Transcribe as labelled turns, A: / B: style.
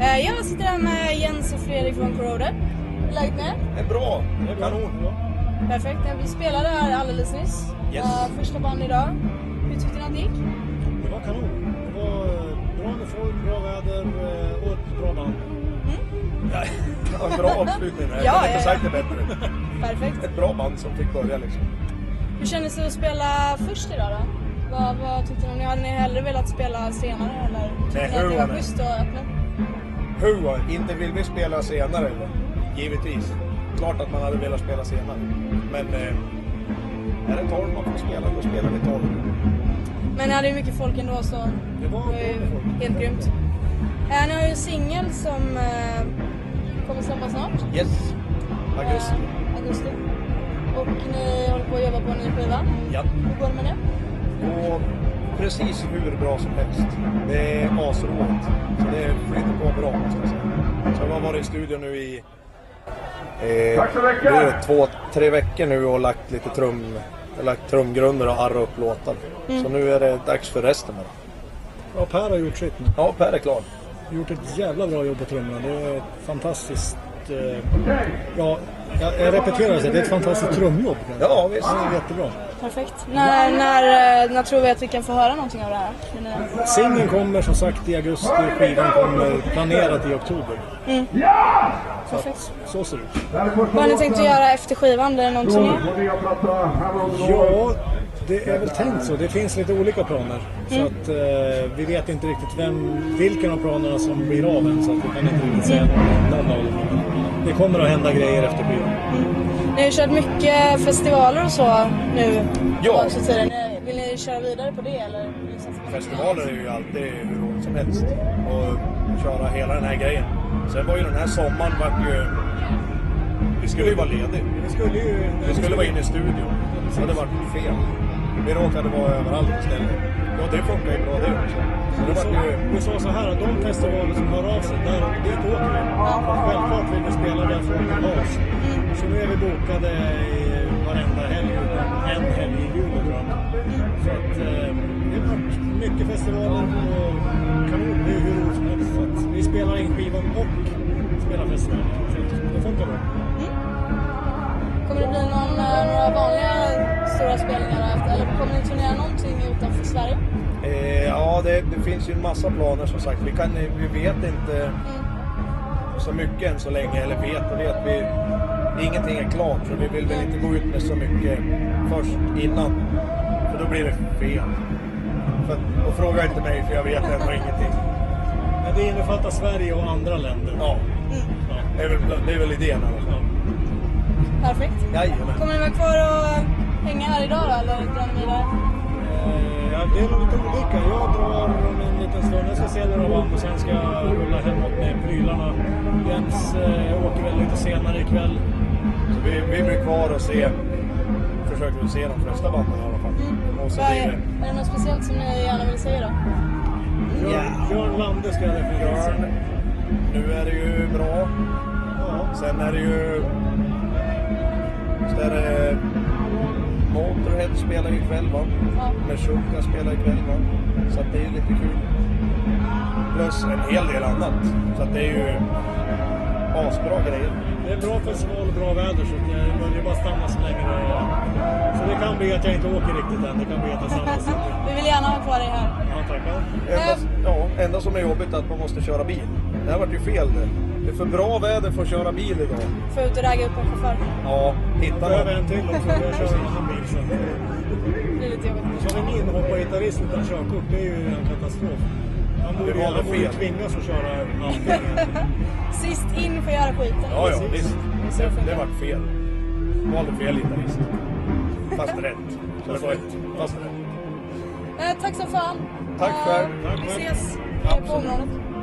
A: Eh, Jag sitter här med Jens och Fredrik från Corroded. Läget med er?
B: Det är Eh, bra, det är kanon.
A: Perfekt. Eh, Vi spelade här alldeles nyss.
B: Yes.
A: Eh, Första band idag. Hur tyckte ni att det gick?
C: Det var kanon. Det var eh, bra med folk, bra väder eh, och ett bra band.
B: Ja, det var en bra avslutning.
A: Mm-hmm. Ja,
B: Jag hade
A: ja,
B: inte
A: ja.
B: sagt det bättre.
A: Perfekt.
B: Ett bra band som fick börja liksom.
A: Hur kändes det att spela först idag då? Vad, vad tyckte ni? Hade ni hellre velat spela senare eller tyckte
B: Nej,
A: ni att det
B: hur
A: var
B: var det?
A: schysst att öppna?
B: Hua, inte vill vi spela senare eller? Givetvis. Klart att man hade velat spela senare. Men eh, är det 12 man får spela, då spelar vi 12.
A: Men ni hade ju mycket folk ändå så
C: Det
A: det
C: var
A: var ju
C: bra med folk.
A: helt grymt. Eh, Ni har ju en singel som eh, kommer släppas snart.
B: Yes. Augusti.
A: Eh, augusti. Och ni håller på att jobba på en ny skiva.
B: Ja.
A: Hur går det med det?
B: Och precis hur bra som helst. Det är asroligt. Så det flyter på bra måste jag säga. Så jag har varit i studion nu i eh,
D: Tack så mycket!
B: nu är det två, tre veckor nu och lagt lite trum, lagt trumgrunder och arrat upp låtar. Så nu är det dags för resten. Här.
C: Ja, Per har gjort sitt nu.
B: Ja, Per är klar.
C: Gjort ett jävla bra jobb på trummorna. Det är ett fantastiskt... Eh, ja, jag, jag repeterar det. Det är ett fantastiskt trumjobb.
B: Ja, visst.
C: Det är jättebra.
A: Perfekt. När, när, eh, när tror vi att vi kan få höra någonting av det här? Känner ni?
C: Singeln kommer som sagt i augusti. Skivan kommer planerat i oktober.
A: Perfekt.
C: Så ser det ut.
A: Vad har ni tänkt att göra efter skivan? Blir det någon turné?
C: Ja, det är väl tänkt så. Det finns lite olika planer. Så att, eh, vi vet inte riktigt vem, vilken av planerna som blir av än. Så att vi kan inte riktigt säga någon av dem. Det kommer att hända grejer efter skivan.
A: Ni har ju kört mycket festivaler och så nu.
B: Ja.
A: också tiden. Ni- Vill ni köra vidare på det eller? vill ni satsa på något annat?
B: Festivaler är ju alltid hur roligt som helst. Och köra hela den här grejen. Sen var ju den här sommaren vart ju... Vi skulle ju vara ledig.
C: Vi skulle ju...
B: Vi skulle vara inne i studion. Så det varit fel. Vi råkade vara överallt istället. Ja, det funkar ju bra det också. Så det vart ju...
C: Vi sa så här att de festivaler som hör av sig, där, dit åker vi. Självklart vill vi spela där folk hör av sig. Så nu är vi bokade i varenda helg, utan en helg i juli tror jag. Så att, eh, det har varit mycket festivaler och kanon, det är hur roligt som helst. Så att vi spelar in skivan och spelar festivaler. Så det funkar bra.
A: Kommer det bli någon, eh, några vanliga stora spelningar efter? Eller kommer ni turnera någonting utanför Sverige?
B: Eh, ja, det, det finns ju en massa planer som sagt. Vi, kan, vi vet inte så mycket än så länge. Eller vet och vet. Vi, ingenting är klart. Så vi vill väl inte gå ut med så mycket först innan. För då blir det fel. För, och fråga inte mig för jag vet ändå ingenting.
C: Men det innefattar Sverige och andra länder. Mm.
B: Ja,
C: Ja.
B: det är väl, det är väl idén i alla fall.
C: Ja.
A: Perfekt.
B: Jajamän.
A: Kommer ni vara kvar och hänga här idag då eller drar ni vidare?
C: Eh, Ja, det är nog lite olika. Jag drar om en liten stund. Jag ska se några band och sen ska jag rulla hemåt med prylarna. Jens eh, åker väl lite senare ikväll.
B: Så vi, vi blir kvar och se, försöker se de flesta banden i alla fall.
C: Mm.
B: Och så
A: Vad
B: blir det
A: är, är det något speciellt som ni gärna vill säga då?
C: Björn,
B: Ja.
C: Björn Lande ska jag definitivt
B: Björn.
C: se.
B: Nu är det ju bra.
C: Ja.
B: Sen är det ju... Så är det... Motorhead spelar ju ikväll va?
A: Ja.
B: Meshuggah spelar ikväll va? Så att det är ju lite kul. Plus en hel del annat. Så att det är ju asbra grejer.
C: Det är bra festival och bra väder så att jag börjar bara stanna så länge det är. Så det kan bli att jag inte åker riktigt än. Det kan bli att jag stannar så länge.
A: Vi vill gärna ha kvar er här.
C: Ja, tackar.
B: Enda,
A: Ähm.
B: ja, enda som är jobbigt är att man måste köra bil. Det här vart ju fel det. Det är för bra väder för att köra bil idag.
A: Få ut och ragga upp en chaufför.
B: Ja,
C: Jag
B: hitta
C: behöver
B: någon.
C: en till också. Jag kör en annan bil sen.
A: Det blir lite jobbigt.
C: Som en inhoppargitarrist utan körkort, det är ju en katastrof. Han borde,
B: Det var
C: han
B: väl
C: borde ju
B: fel.
C: tvingas att köra allting.
A: Sist in får göra skiten.
B: Ja, ja,
C: Precis.
B: visst.
A: Så funkar
B: Det, det vart fel. Valde fel gitarrist. Fast rätt. Så det var ett, fast rätt.
A: Eh, tack som fan.
B: Tack
A: Eh,
B: själv. Tack
A: Vi
B: själv.
A: ses eh, på
B: Absolut.
A: området.